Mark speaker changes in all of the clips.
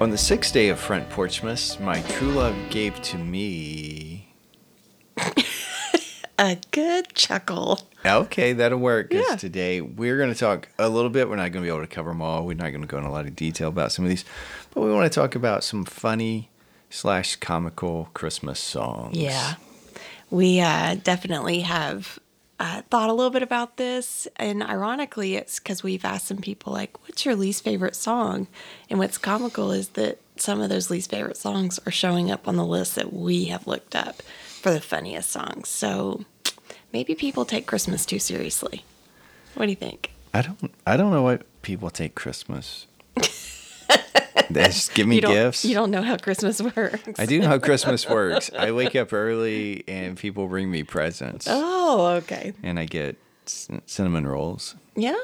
Speaker 1: On the sixth day of Front Porchmas, my true love gave to me.
Speaker 2: A good chuckle.
Speaker 1: Okay, that'll work. 'cause
Speaker 2: Yeah.
Speaker 1: today we're going to talk a little bit. We're not going to be able to cover them all. We're not going to go in a lot of detail about some of these, but we want to talk about some funny slash comical Christmas songs.
Speaker 2: Yeah. We uh, definitely have uh, thought a little bit about this. And ironically, it's because we've asked some people, like, what's your least favorite song? And what's comical is that some of those least favorite songs are showing up on the list that we have looked up for the funniest songs. So maybe people take Christmas too seriously. What do you think?
Speaker 1: I don't. I don't know why people take Christmas. they just give me
Speaker 2: you don't,
Speaker 1: gifts.
Speaker 2: You don't know how Christmas works.
Speaker 1: I do know how Christmas works. I wake up early and people bring me presents,
Speaker 2: Oh, okay.
Speaker 1: and I get cin- cinnamon rolls
Speaker 2: Yeah.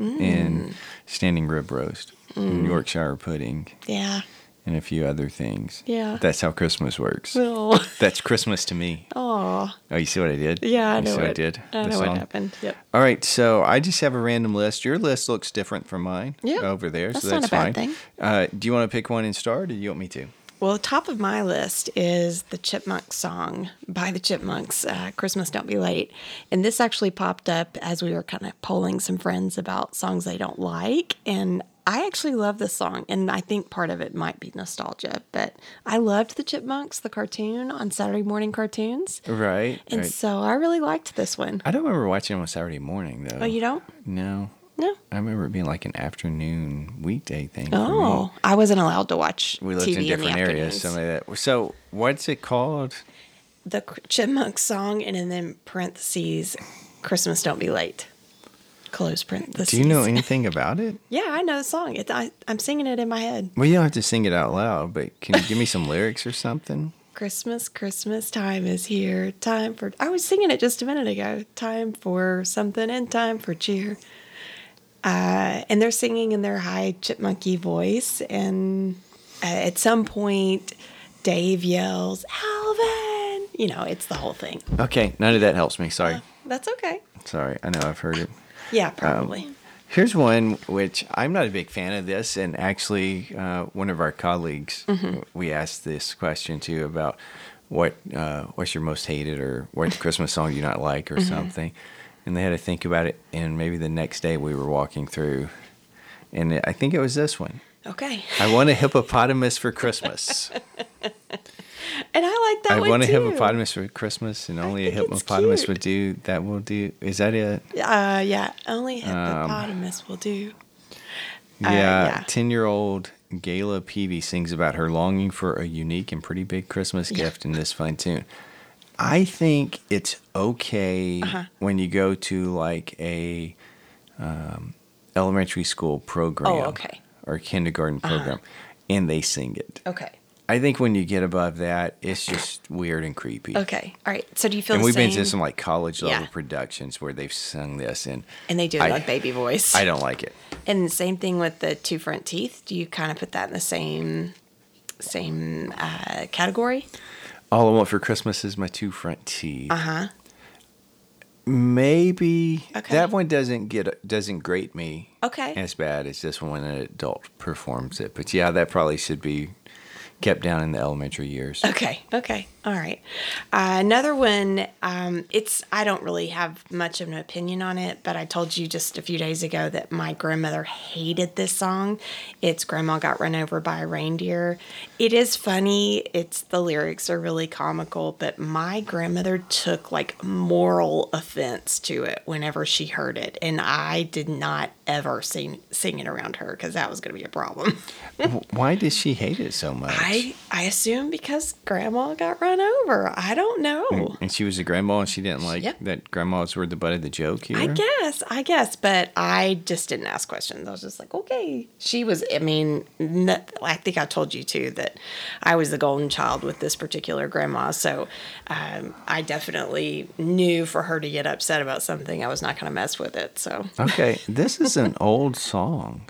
Speaker 2: Mm.
Speaker 1: and standing rib roast and Yorkshire pudding
Speaker 2: Yeah.
Speaker 1: and a few other things.
Speaker 2: Yeah.
Speaker 1: That's how Christmas works.
Speaker 2: Well,
Speaker 1: That's Christmas to me.
Speaker 2: oh,
Speaker 1: Oh, you see what I did?
Speaker 2: yeah, I
Speaker 1: You
Speaker 2: know
Speaker 1: see
Speaker 2: what
Speaker 1: I did.
Speaker 2: I
Speaker 1: The
Speaker 2: know what
Speaker 1: song?
Speaker 2: happened. Yep.
Speaker 1: All right, so I just have a random list. Your list looks different from mine
Speaker 2: Yeah,
Speaker 1: over there, so
Speaker 2: that's
Speaker 1: that's
Speaker 2: not
Speaker 1: fine.
Speaker 2: a bad thing.
Speaker 1: Uh, do you want to pick one and start, or do you want me to?
Speaker 2: Well, the top of my list is the Chipmunk song by the Chipmunks, uh, Christmas Don't Be Late. And this actually popped up as we were kind of polling some friends about songs they don't like. And I actually love this song. And I think part of it might be nostalgia, but I loved the Chipmunks, the cartoon on Saturday morning cartoons.
Speaker 1: Right.
Speaker 2: And
Speaker 1: right. Oh.
Speaker 2: so I really liked this one.
Speaker 1: I don't remember watching it on Saturday morning though.
Speaker 2: Oh, you don't?
Speaker 1: No,
Speaker 2: No.
Speaker 1: I remember it being like an afternoon weekday thing. for me.
Speaker 2: Oh, I wasn't allowed to watch
Speaker 1: we lived
Speaker 2: TV
Speaker 1: in different
Speaker 2: the
Speaker 1: areas,
Speaker 2: afternoons.
Speaker 1: something like that. So what's it called?
Speaker 2: the Cr- Chipmunk song, and then in parentheses, Christmas Don't Be Late. Close parentheses.
Speaker 1: Do you know anything about it?
Speaker 2: Yeah, I know the song. It's, I, I'm singing it in my head.
Speaker 1: Well, you don't have to sing it out loud, but can you give me some lyrics or something?
Speaker 2: Christmas, Christmas time is here. Time for. I was singing it just a minute ago. Time for something and time for cheer. Uh, and they're singing in their high chipmunky voice. And uh, at some point, Dave yells, Alvin! You know, it's the whole thing.
Speaker 1: Okay, none of that helps me. Sorry,
Speaker 2: That's okay.
Speaker 1: sorry. I know I've heard it.
Speaker 2: Yeah, probably.
Speaker 1: Um, Here's one which I'm not a big fan of this, and actually, uh, one of our colleagues
Speaker 2: Mm-hmm.
Speaker 1: we asked this question too about what uh, what's your most hated or what Christmas song you not like
Speaker 2: Mm-hmm.
Speaker 1: or something, and they had to think about it. And maybe the next day we were walking through, and I think it was this one.
Speaker 2: okay.
Speaker 1: I want a hippopotamus for Christmas.
Speaker 2: And I like that
Speaker 1: I
Speaker 2: one
Speaker 1: want a
Speaker 2: too.
Speaker 1: hippopotamus for Christmas, and only a
Speaker 2: think it's
Speaker 1: hippopotamus
Speaker 2: cute.
Speaker 1: would do. That will do. Is that it?
Speaker 2: Uh, yeah, only
Speaker 1: Um,
Speaker 2: hippopotamus will do. Uh,
Speaker 1: Yeah,
Speaker 2: yeah.
Speaker 1: ten-year-old Gayla Peavy sings about her longing for a unique and pretty big Christmas gift in this fine tune. I think it's okay
Speaker 2: Uh-huh.
Speaker 1: when you go to like a um, elementary school program,
Speaker 2: Oh, okay. Uh-huh.
Speaker 1: or kindergarten program, and they sing it.
Speaker 2: Okay.
Speaker 1: I think when you get above that, it's just weird and creepy.
Speaker 2: Okay. All right. So do you feel
Speaker 1: And
Speaker 2: the
Speaker 1: we've
Speaker 2: same?
Speaker 1: been to some like college level
Speaker 2: Yeah.
Speaker 1: productions where they've sung this, and
Speaker 2: and they do it
Speaker 1: I-
Speaker 2: like baby voice.
Speaker 1: I don't like it.
Speaker 2: And the same thing with the two front teeth. Do you kind of put that in the same same uh, category?
Speaker 1: All I want for Christmas is my two front teeth.
Speaker 2: Uh huh.
Speaker 1: Maybe
Speaker 2: Okay.
Speaker 1: that one doesn't get doesn't grate me
Speaker 2: Okay.
Speaker 1: as bad as this one when an adult performs it. But yeah, that probably should be kept down in the elementary years.
Speaker 2: Okay. Okay. All right. Uh, another one. Um, it's I don't really have much of an opinion on it, but I told you just a few days ago that my grandmother hated this song. It's "Grandma Got Run Over by a Reindeer." It is funny. It's the lyrics are really comical, but my grandmother took like moral offense to it whenever she heard it, and I did not ever sing sing it around her because that was going to be a problem.
Speaker 1: W- Why does she hate it so much?
Speaker 2: I I assume because grandma got run over. I don't know.
Speaker 1: and she was a grandma, and she didn't like
Speaker 2: Yep.
Speaker 1: that grandmas were the butt of the joke here.
Speaker 2: I guess, I guess, but I just didn't ask questions. I was just like, okay. She was, I mean, no, I think I told you too that I was the golden child with this particular grandma. So um, I definitely knew for her to get upset about something, I was not going to mess with it. So
Speaker 1: Okay, this is an old song.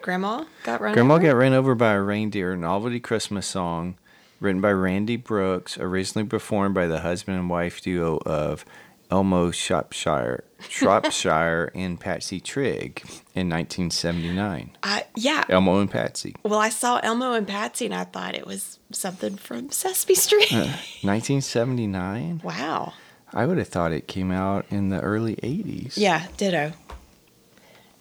Speaker 2: grandma got run
Speaker 1: Grandma
Speaker 2: over.
Speaker 1: Got Ran Over by a Reindeer, a novelty Christmas song written by Randy Brooks, originally performed by the husband and wife duo of Elmo Shropshire Shropshire and Patsy Trigg in 1979.
Speaker 2: I, yeah.
Speaker 1: Elmo and Patsy.
Speaker 2: Well, I saw Elmo and Patsy and I thought it was something from Sesame Street.
Speaker 1: 1979?
Speaker 2: wow.
Speaker 1: I would have thought it came out in the early 80s.
Speaker 2: Yeah, ditto.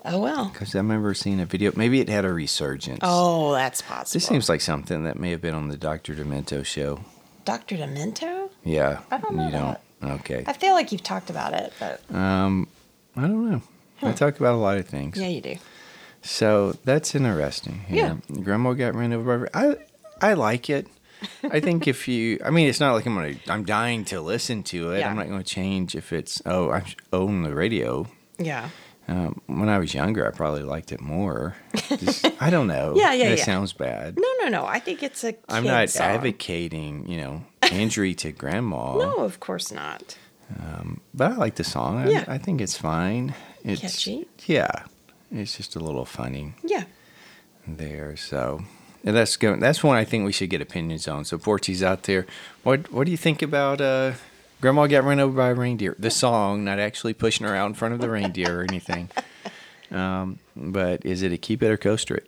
Speaker 2: Oh, well.
Speaker 1: Because I remember seeing a video. Maybe it had a resurgence.
Speaker 2: Oh, that's possible.
Speaker 1: This seems like something that may have been on the Dr. Demento show.
Speaker 2: Dr. Demento?
Speaker 1: Yeah.
Speaker 2: I don't know
Speaker 1: You don't?
Speaker 2: that.
Speaker 1: Okay.
Speaker 2: I feel like you've talked about it, but
Speaker 1: Um, I don't know. I talk about a lot of things.
Speaker 2: yeah, you do.
Speaker 1: So that's interesting.
Speaker 2: Yeah.
Speaker 1: Grandma got ran over by. I I like it. I think if you, I mean, it's not like I'm gonna. I'm dying to listen to it.
Speaker 2: Yeah.
Speaker 1: I'm not gonna change if it's. Oh, I own the radio.
Speaker 2: Yeah.
Speaker 1: Um, when I was younger, I probably liked it more. Just, I don't know.
Speaker 2: Yeah, yeah,
Speaker 1: That
Speaker 2: yeah.
Speaker 1: sounds bad.
Speaker 2: No, no, no. I think it's a kid
Speaker 1: I'm not
Speaker 2: song.
Speaker 1: advocating, you know, injury to grandma.
Speaker 2: No, of course not.
Speaker 1: But I like the song. I,
Speaker 2: Yeah.
Speaker 1: I think it's fine. It's
Speaker 2: Catchy.
Speaker 1: Yeah. It's just a little funny.
Speaker 2: Yeah.
Speaker 1: there. So and that's going. That's one I think we should get opinions on. So Porty's out there. What What do you think about uh, Grandma got run over by a reindeer? The song, not actually pushing her out in front of the reindeer or anything. Um, but is it a keep it or coaster it?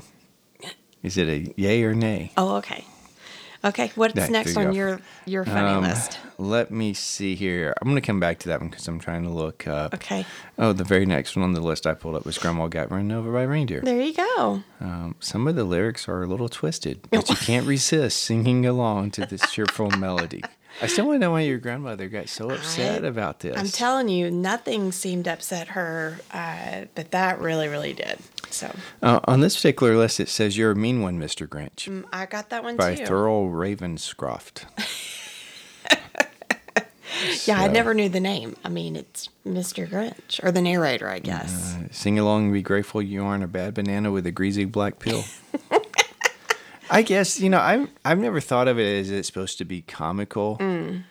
Speaker 1: Is it a yay or nay?
Speaker 2: Oh, okay. Okay. What's
Speaker 1: There
Speaker 2: next
Speaker 1: you
Speaker 2: on
Speaker 1: go.
Speaker 2: your your funny
Speaker 1: Um,
Speaker 2: list?
Speaker 1: Let me see here. I'm going to come back to that one because I'm trying to look up.
Speaker 2: Okay.
Speaker 1: Oh, the very next one on the list I pulled up was Grandma got run over by a reindeer.
Speaker 2: There you go.
Speaker 1: Um, some of the lyrics are a little twisted, but you can't resist singing along to this cheerful melody. I still want to know why your grandmother got so upset
Speaker 2: I-
Speaker 1: about this.
Speaker 2: I'm telling you, nothing seemed to upset her, uh, but that really, really did. So
Speaker 1: uh, on this particular list, it says "You're a mean one, Mr. Grinch"
Speaker 2: mm, I got that one
Speaker 1: by
Speaker 2: too.
Speaker 1: Thurl Ravenscroft.
Speaker 2: yeah, I
Speaker 1: So,
Speaker 2: never knew the name. I mean, it's Mr. Grinch or the narrator, I guess.
Speaker 1: Uh, Sing along and be grateful you aren't a bad banana with a greasy black peel. I guess you know I've I've never thought of it as it's supposed to be comical.
Speaker 2: Mm.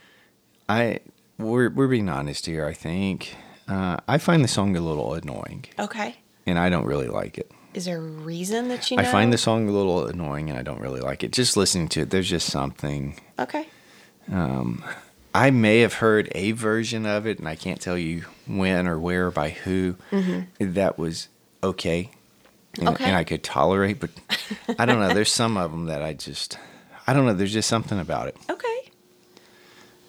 Speaker 1: I we're we're being honest here. I think uh, I find the song a little annoying,
Speaker 2: okay.
Speaker 1: and I don't really like it.
Speaker 2: Is there a reason that you know?
Speaker 1: I find the song a little annoying, and I don't really like it. Just listening to it, there's just something.
Speaker 2: Okay.
Speaker 1: I may have heard a version of it, and I can't tell you when or where by who. That was okay, and,
Speaker 2: Mm-hmm. Okay.
Speaker 1: and I could tolerate. But I don't know. There's some of them that I just, I don't know. There's just something about it.
Speaker 2: Okay.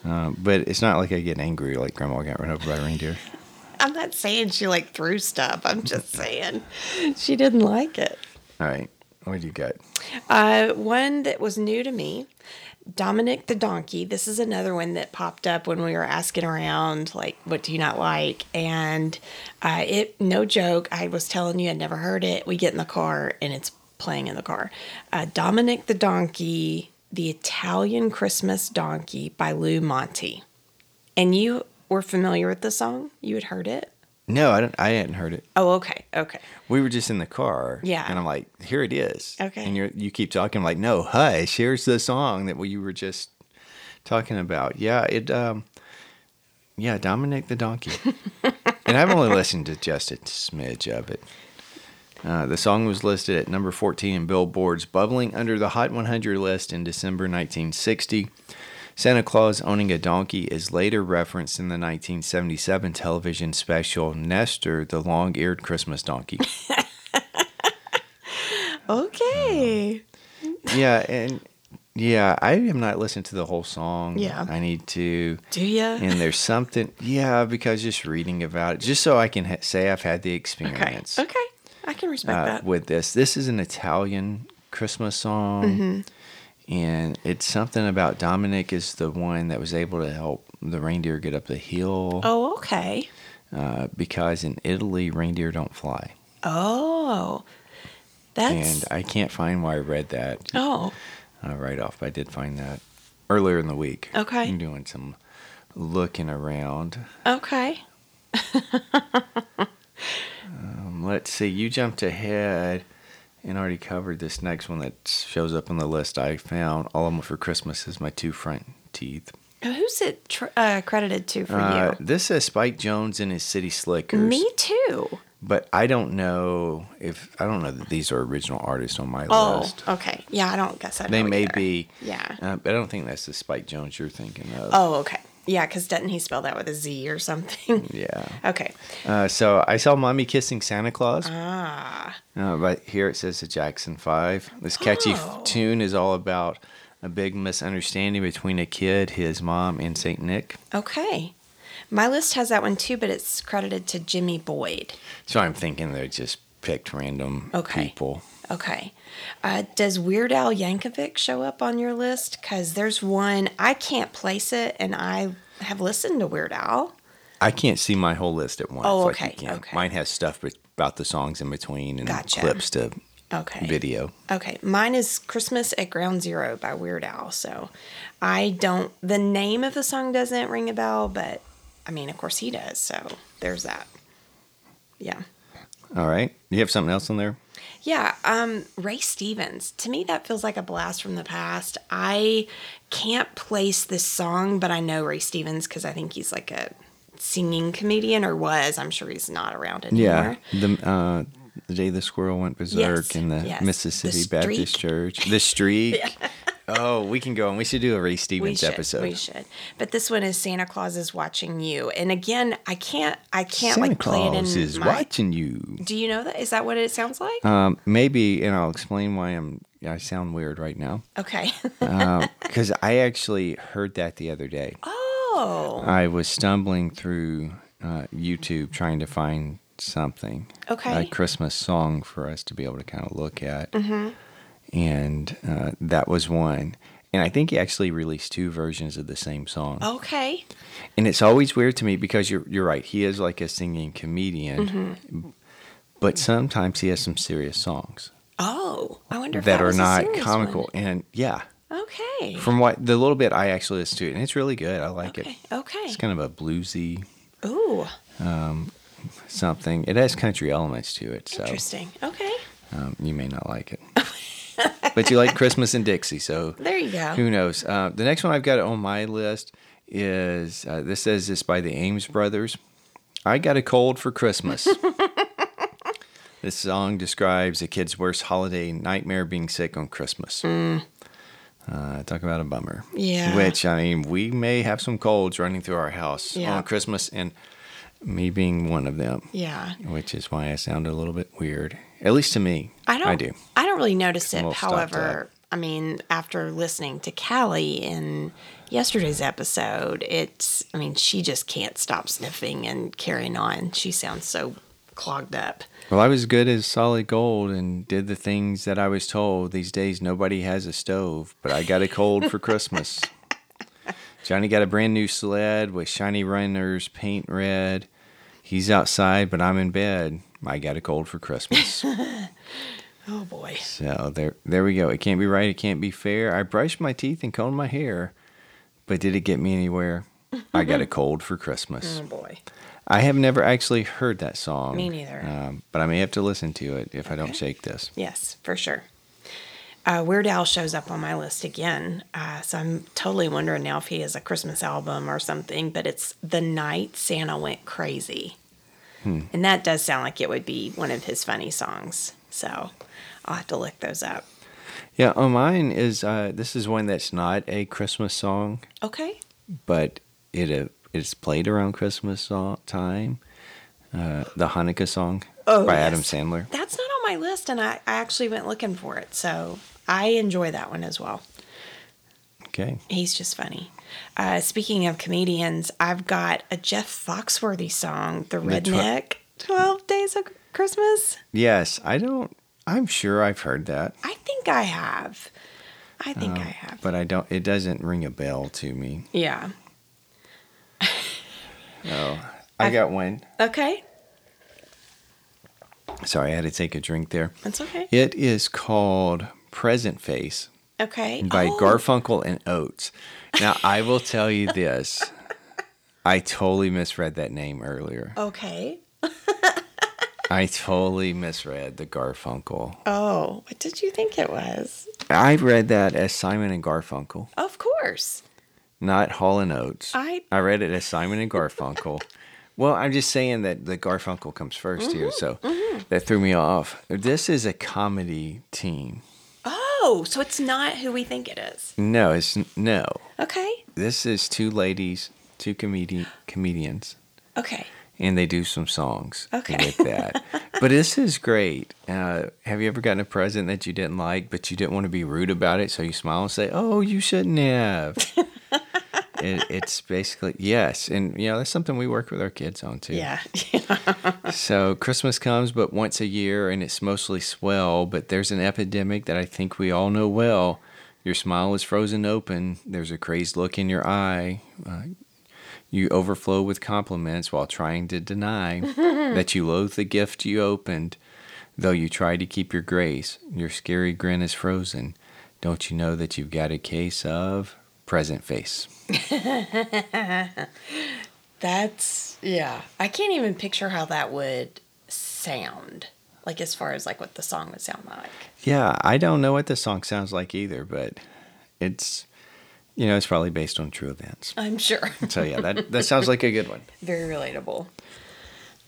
Speaker 1: Um, but it's not like I get angry like Grandma got run over by a reindeer.
Speaker 2: I'm not saying she like threw stuff. I'm just saying she didn't like it.
Speaker 1: All right, what do you got?
Speaker 2: Uh, one that was new to me, Dominic the Donkey. This is another one that popped up when we were asking around, like, what do you not like? And uh, it, no joke, I was telling you I'd never heard it. We get in the car and it's playing in the car. Uh, Dominic the Donkey, The Italian Christmas Donkey by Lou Monte. And you were familiar with the song? You had heard it?
Speaker 1: No, I don't. I hadn't heard it.
Speaker 2: Oh, okay. Okay.
Speaker 1: We were just in the car.
Speaker 2: Yeah.
Speaker 1: And I'm like, here it is.
Speaker 2: Okay.
Speaker 1: And you you keep talking. I'm like, no, hush. Here's the song that we were just talking about. Yeah. It. Um, yeah, Dominic the Donkey. and I've only listened to just a smidge of it. Uh, the song was listed at number 14 in Billboard's Bubbling Under the Hot 100 list in December 1960. Santa Claus owning a donkey is later referenced in the 1977 television special Nestor, the long eared Christmas donkey.
Speaker 2: Okay.
Speaker 1: yeah, and yeah, I am not listening to the whole song.
Speaker 2: Yeah.
Speaker 1: I need to.
Speaker 2: Do you?
Speaker 1: And there's something, yeah, because just reading about it, just so I can ha- say I've had the
Speaker 2: Okay.
Speaker 1: experience
Speaker 2: Okay. I can respect
Speaker 1: uh,
Speaker 2: that.
Speaker 1: with this. This is an Italian Christmas song,
Speaker 2: Mm-hmm.
Speaker 1: and it's something about Dominic is the one that was able to help the reindeer get up the hill
Speaker 2: Oh, okay.
Speaker 1: uh, because in Italy, reindeer don't fly.
Speaker 2: Oh, that's.
Speaker 1: And I can't find why I read that.
Speaker 2: oh,
Speaker 1: uh, right off, but I did find that earlier in the week.
Speaker 2: Okay.
Speaker 1: I'm doing some looking around.
Speaker 2: okay.
Speaker 1: Um, let's see, you jumped ahead and already covered this next one that shows up on the list I found. All I want for Christmas is my two front teeth.
Speaker 2: Who's it tr- uh, credited to for
Speaker 1: Uh, this is Spike Jones and his City
Speaker 2: you?
Speaker 1: Slickers.
Speaker 2: Me too.
Speaker 1: But I don't know if, I don't know that these are original artists on my
Speaker 2: Oh,
Speaker 1: list. Uh,
Speaker 2: okay. Yeah, I don't guess I.
Speaker 1: They
Speaker 2: know
Speaker 1: may
Speaker 2: either.
Speaker 1: be.
Speaker 2: Yeah.
Speaker 1: Uh, but I don't think that's the Spike Jones you're thinking of.
Speaker 2: Oh, okay. Yeah, because doesn't he spell that with a Z or something?
Speaker 1: Yeah.
Speaker 2: Okay.
Speaker 1: Uh, so I saw Mommy Kissing Santa Claus. Ah. but here it says the Jackson Five. This catchy f-
Speaker 2: Oh.
Speaker 1: tune is all about a big misunderstanding between a kid, his mom, and Saint Nick.
Speaker 2: Okay. My list has that one too, but it's credited to Jimmy Boyd.
Speaker 1: So I'm thinking they just picked random
Speaker 2: Okay.
Speaker 1: people.
Speaker 2: Okay. Uh, does Weird Al Yankovic show up on your list? Because there's one, I can't place it, and I have listened to Weird Al.
Speaker 1: I can't see my whole list at once.
Speaker 2: Oh,
Speaker 1: like you
Speaker 2: okay,
Speaker 1: can.
Speaker 2: okay.
Speaker 1: Mine has stuff be- about the songs in between and
Speaker 2: Gotcha.
Speaker 1: clips to
Speaker 2: Okay.
Speaker 1: video.
Speaker 2: Okay. Mine is Christmas at Ground Zero by Weird Al. So I don't, the name of the song doesn't ring a bell, but I mean, of course he does. So there's that. Yeah.
Speaker 1: All right. You have something else on there?
Speaker 2: Yeah, um, Ray Stevens. To me, that feels like a blast from the past. I can't place this song, but I know Ray Stevens because I think he's like a singing comedian or was. I'm sure he's not around anymore.
Speaker 1: The uh, the day the squirrel went berserk
Speaker 2: Yes,
Speaker 1: in the
Speaker 2: yes.
Speaker 1: Mississippi
Speaker 2: The
Speaker 1: Baptist
Speaker 2: streak.
Speaker 1: Church. The streak. Oh, we can go and we should do a Ray Stevens
Speaker 2: We should.
Speaker 1: episode.
Speaker 2: We should. But this one is Santa Claus is watching you. And again, I can't. I can't
Speaker 1: Santa
Speaker 2: like play it in
Speaker 1: Claus is
Speaker 2: my.
Speaker 1: watching you.
Speaker 2: Do you know that? Is that what it sounds like?
Speaker 1: Um, maybe, and I'll explain why I'm. I sound weird right now
Speaker 2: okay.
Speaker 1: because I actually heard that the other day.
Speaker 2: oh.
Speaker 1: I was stumbling through uh, YouTube trying to find something.
Speaker 2: Okay.
Speaker 1: A Christmas song for us to be able to kind of look at.
Speaker 2: Mm-hmm.
Speaker 1: And uh, that was one. And I think he actually released two versions of the same song.
Speaker 2: Okay.
Speaker 1: And it's always weird to me because you're, you're right. He is like a singing comedian,
Speaker 2: Mm-hmm.
Speaker 1: but sometimes he has some serious songs
Speaker 2: Oh, I wonder if
Speaker 1: that are
Speaker 2: was a
Speaker 1: not
Speaker 2: serious
Speaker 1: comical. And yeah,
Speaker 2: one. Okay.
Speaker 1: from what the little bit I actually listened to it, and it's really good. I like
Speaker 2: Okay.
Speaker 1: it.
Speaker 2: Okay.
Speaker 1: It's kind of a bluesy.
Speaker 2: Ooh.
Speaker 1: something. It has country elements to it, so
Speaker 2: Interesting. Okay.
Speaker 1: um, you may not like it. but you like Christmas and Dixie, so
Speaker 2: There you go.
Speaker 1: who knows? Uh, the next one I've got on my list is uh, this says this by the Ames Brothers. I got a cold for Christmas. this song describes a kid's worst holiday nightmare being sick on Christmas. Uh, talk about a bummer.
Speaker 2: Mm. Yeah.
Speaker 1: Which, I mean, we may have some colds running through our house
Speaker 2: Yeah.
Speaker 1: on Christmas, and me being one of them
Speaker 2: Yeah.
Speaker 1: which is why I sound a little bit weird, at least to me.
Speaker 2: I don't
Speaker 1: I do.
Speaker 2: I don't really notice it.
Speaker 1: I'm a little stopped
Speaker 2: However, I mean, after listening to Callie in yesterday's episode, it's I mean, she just can't stop sniffing and carrying on. She sounds so clogged up.
Speaker 1: Well, I was good as solid gold and did the things that I was told. These days, nobody has a stove, but I got a cold for Christmas. Johnny got a brand new sled with shiny runners, paint red. He's outside, but I'm in bed. I got a cold for Christmas.
Speaker 2: Oh boy.
Speaker 1: so there, there we go. It can't be right. It can't be fair. I brushed my teeth and combed my hair, but did it get me anywhere? I got a cold for Christmas.
Speaker 2: Oh boy.
Speaker 1: I have never actually heard that song.
Speaker 2: Me neither.
Speaker 1: Um, but I may have to listen to it if I don't shake this.
Speaker 2: Yes, for sure. Uh, Weird Al shows up on my list again, uh, so I'm totally wondering now if he has a Christmas album or something. But it's the night Santa went crazy, and that does sound like it would be one of his funny songs. So I'll have to look those up.
Speaker 1: Yeah, oh, mine is uh, this is one that's not a Christmas song,
Speaker 2: Okay.
Speaker 1: but it uh, it's played around Christmas so- time. Uh, the Hanukkah song
Speaker 2: Oh,
Speaker 1: by
Speaker 2: yes.
Speaker 1: Adam Sandler.
Speaker 2: That's not on my list, and I, I actually went looking for it, so I enjoy that one as well.
Speaker 1: Okay.
Speaker 2: He's just funny. Uh, speaking of comedians, I've got a Jeff Foxworthy song, The
Speaker 1: The tw-
Speaker 2: Redneck, 12 Days of Christmas.
Speaker 1: Yes, I don't. I'm sure I've heard that,
Speaker 2: I think I have. I think I have.
Speaker 1: Uh, but I don't. It doesn't ring a bell to me.
Speaker 2: Yeah.
Speaker 1: I
Speaker 2: Oh. I've-
Speaker 1: got one.
Speaker 2: Okay.
Speaker 1: Sorry, I had to take a drink there.
Speaker 2: That's okay.
Speaker 1: It is called Present Face
Speaker 2: Okay.
Speaker 1: by
Speaker 2: Oh,
Speaker 1: Garfunkel and Oates. Now, I will tell you this. I totally misread that name earlier.
Speaker 2: Okay.
Speaker 1: I totally misread the Garfunkel.
Speaker 2: Oh, what did you think it was?
Speaker 1: I read that as Simon and Garfunkel,
Speaker 2: Of course.
Speaker 1: not Hall and Oates.
Speaker 2: I-
Speaker 1: I read it as Simon and Garfunkel. well, I'm just saying that the Garfunkel comes 1st here,
Speaker 2: Mm-hmm,
Speaker 1: so that threw me off. This is a comedy team.
Speaker 2: Oh, so it's not who we think it is.
Speaker 1: No, it's no.
Speaker 2: Okay.
Speaker 1: This is two ladies two comedi- comedians,
Speaker 2: Okay.
Speaker 1: and they do some songs
Speaker 2: Okay.
Speaker 1: with that. but this is great. Uh, have you ever gotten a present that you didn't like, but you didn't want to be rude about it, so you smile and say, "Oh, you shouldn't have." it, it's basically yes, and you know that's something we work with our kids on too.
Speaker 2: Yeah.
Speaker 1: So Christmas comes, but once a year, and it's mostly swell. But there's an epidemic that I think we all know well. Your smile is frozen open. There's a crazed look in your eye. Uh, you overflow with compliments while trying to deny that you loathe the gift you opened, though you try to keep your grace. Your scary grin is frozen. Don't you know that you've got a case of present face?
Speaker 2: That's yeah. I can't even picture how that would sound. Like as far as like what the song would sound like.
Speaker 1: Yeah, I don't know what the song sounds like either, but it's you know, it's probably based on true events.
Speaker 2: I'm sure.
Speaker 1: So yeah, that that sounds like a good one.
Speaker 2: Very relatable.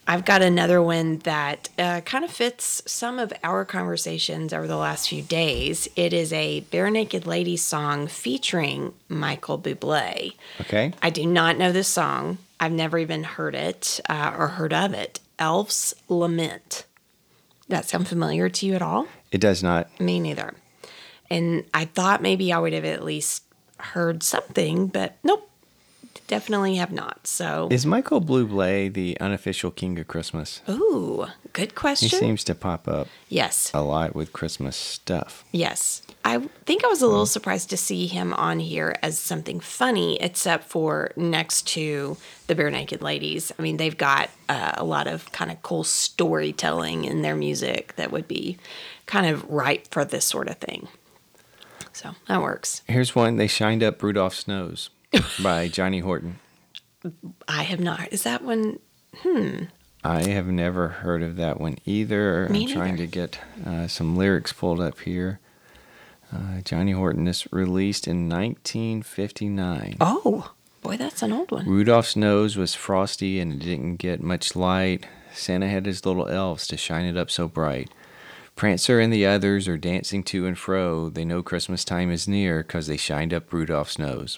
Speaker 2: I've got another one that uh, kind of fits some of our conversations over the last few days. It is a Bare Naked Ladies song featuring Michael Bublé.
Speaker 1: Okay.
Speaker 2: I do not know this song. I've never even heard it uh, or heard of it. Elf's Lament. That sound familiar to you at all?
Speaker 1: It does not.
Speaker 2: Me neither. And I thought maybe I would have at least heard something, but nope, definitely have not. So,
Speaker 1: Is Michael Bublé the unofficial king of Christmas?
Speaker 2: ooh, good
Speaker 1: He
Speaker 2: question.
Speaker 1: seems to pop up
Speaker 2: yes,
Speaker 1: a lot with Christmas stuff.
Speaker 2: yes. I think I was a little surprised to see him on here as something funny, except for next to the Bare Naked Ladies. I mean, they've got uh, a lot of kind of cool storytelling in their music that would be kind of ripe for this sort of thing. So that works.
Speaker 1: Here's one they shined up Rudolph's nose by Johnny Horton.
Speaker 2: I have not. Is that one?
Speaker 1: I have never heard of that one either.
Speaker 2: Me
Speaker 1: I'm trying
Speaker 2: neither.
Speaker 1: to get uh, some lyrics pulled up here. Uh, Johnny Horton is released in 1959.
Speaker 2: Oh, boy, that's an old one.
Speaker 1: Rudolph's nose was frosty and it didn't get much light. Santa had his little elves to shine it up so bright. Prancer and the others are dancing to and fro. They know Christmas time is near 'cause they shined up Rudolph's nose.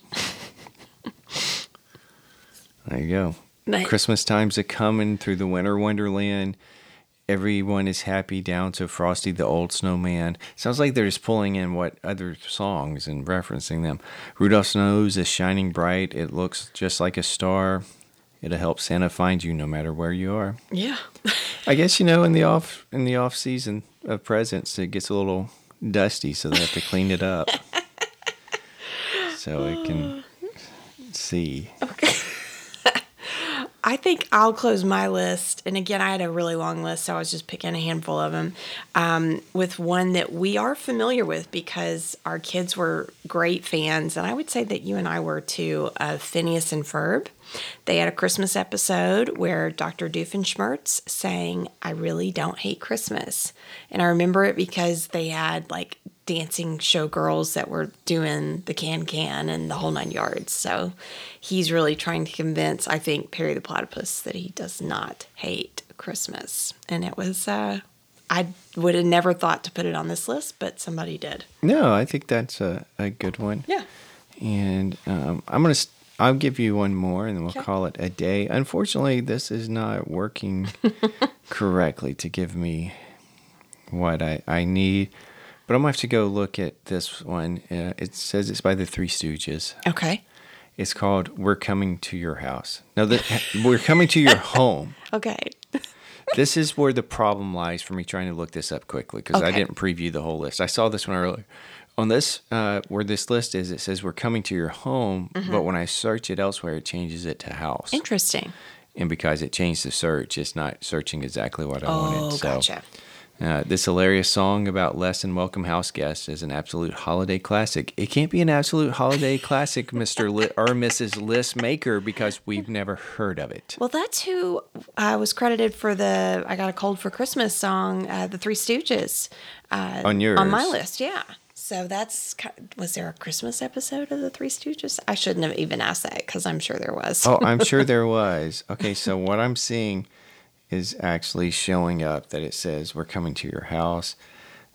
Speaker 1: there you go.
Speaker 2: But-
Speaker 1: Christmas time's a coming through the winter wonderland. Everyone is happy down to Frosty the Old Snowman. Sounds like they're just pulling in what other songs and referencing them. Rudolph's nose is shining bright. It looks just like a star. It'll help Santa find you no matter where you are.
Speaker 2: Yeah.
Speaker 1: I guess you know in the off in the off season of presents it gets a little dusty, so they have to clean it up. so it can see.
Speaker 2: I think I'll close my list. And again, I had a really long list, so I was just picking a handful of them um, with one that we are familiar with because our kids were great fans. And I would say that you and I were too of Phineas and Ferb. They had a Christmas episode where Dr. Doofenshmirtz sang, I really don't hate Christmas. And I remember it because they had like dancing showgirls that were doing the can can and the whole nine yards. So he's really trying to convince, I think, Perry the Platypus that he does not hate Christmas. And it was, uh, I would have never thought to put it on this list, but somebody did.
Speaker 1: No, I think that's a, a good one.
Speaker 2: Yeah.
Speaker 1: And um, I'm gonna st- I'll give you one more, and then we'll
Speaker 2: Okay.
Speaker 1: call it a day. Unfortunately, this is not working correctly to give me what I I need. But I'm gonna have to go look at this one. Uh, it says it's by the Three Stooges.
Speaker 2: Okay.
Speaker 1: It's called "We're Coming to Your House." Now that we're coming to your home,
Speaker 2: Okay.
Speaker 1: this is where the problem lies for me trying to look this up quickly because I
Speaker 2: Okay.
Speaker 1: didn't preview the whole list. I saw this one earlier. On this, uh, where this list is, it says we're coming to your home,
Speaker 2: Mm-hmm.
Speaker 1: but when I search it elsewhere, it changes it to house.
Speaker 2: Interesting.
Speaker 1: And because it changed the search, it's not searching exactly what I wanted.
Speaker 2: Oh,
Speaker 1: So,
Speaker 2: gotcha.
Speaker 1: uh, this hilarious song about less and welcome house guests is an absolute holiday classic. It can't be an absolute holiday classic, Mister Li- or Mrs. List Maker, because we've never heard of it.
Speaker 2: Well, that's who uh, was credited for the "I Got a Cold for Christmas" song, uh, the Three Stooges. Uh,
Speaker 1: On yours.
Speaker 2: on my list, yeah. So that's ki- was there a Christmas episode of the Three Stooges? I shouldn't have even asked that because I'm sure there was.
Speaker 1: oh, I'm sure there was. Okay, so what I'm seeing is actually showing up that it says we're coming to your house.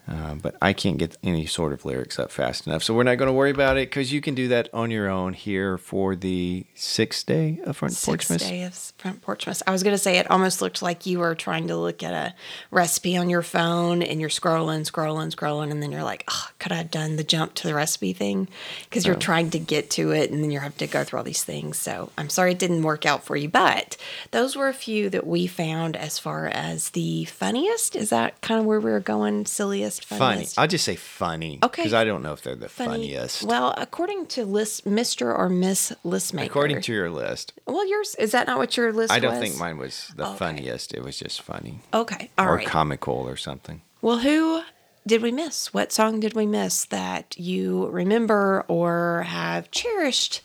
Speaker 1: Uh, but I can't get any sort of lyrics up fast enough. So we're not going to worry about it because you can do that on your own here for the sixth day of Front Porch
Speaker 2: Six
Speaker 1: Miss.
Speaker 2: day of front porch mess. I was gonna say it almost looked like you were trying to look at a recipe on your phone and you're scrolling, scrolling, scrolling, and then you're like, oh, could I have done the jump to the recipe thing? Because
Speaker 1: Oh.
Speaker 2: you're trying to get to it and then you have to go through all these things. So I'm sorry it didn't work out for you, but those were a few that we found as far as the funniest. Is that kind of where we were going? Silliest,
Speaker 1: Funny.
Speaker 2: funniest.
Speaker 1: I'll just say funny.
Speaker 2: Okay.
Speaker 1: Because I don't know if they're the
Speaker 2: funny-
Speaker 1: funniest.
Speaker 2: Well, according to list, Mr. or Miss Listmaker.
Speaker 1: According to your list,
Speaker 2: well, yours is that not what your list?
Speaker 1: I don't
Speaker 2: was?
Speaker 1: think mine was the
Speaker 2: Okay.
Speaker 1: funniest. It was just funny
Speaker 2: Okay, all right.
Speaker 1: or comical or something.
Speaker 2: Well, who did we miss? What song did we miss that you remember or have cherished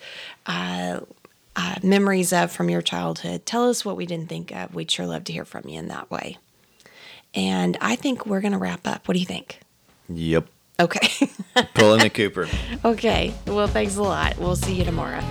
Speaker 2: uh, uh, memories of from your childhood? Tell us what we didn't think of. We'd sure love to hear from you in that way. And I think we're going to wrap up. What do you think?
Speaker 1: Yep.
Speaker 2: Okay.
Speaker 1: Pulling the Cooper.
Speaker 2: okay. Well, thanks a lot. We'll see you tomorrow.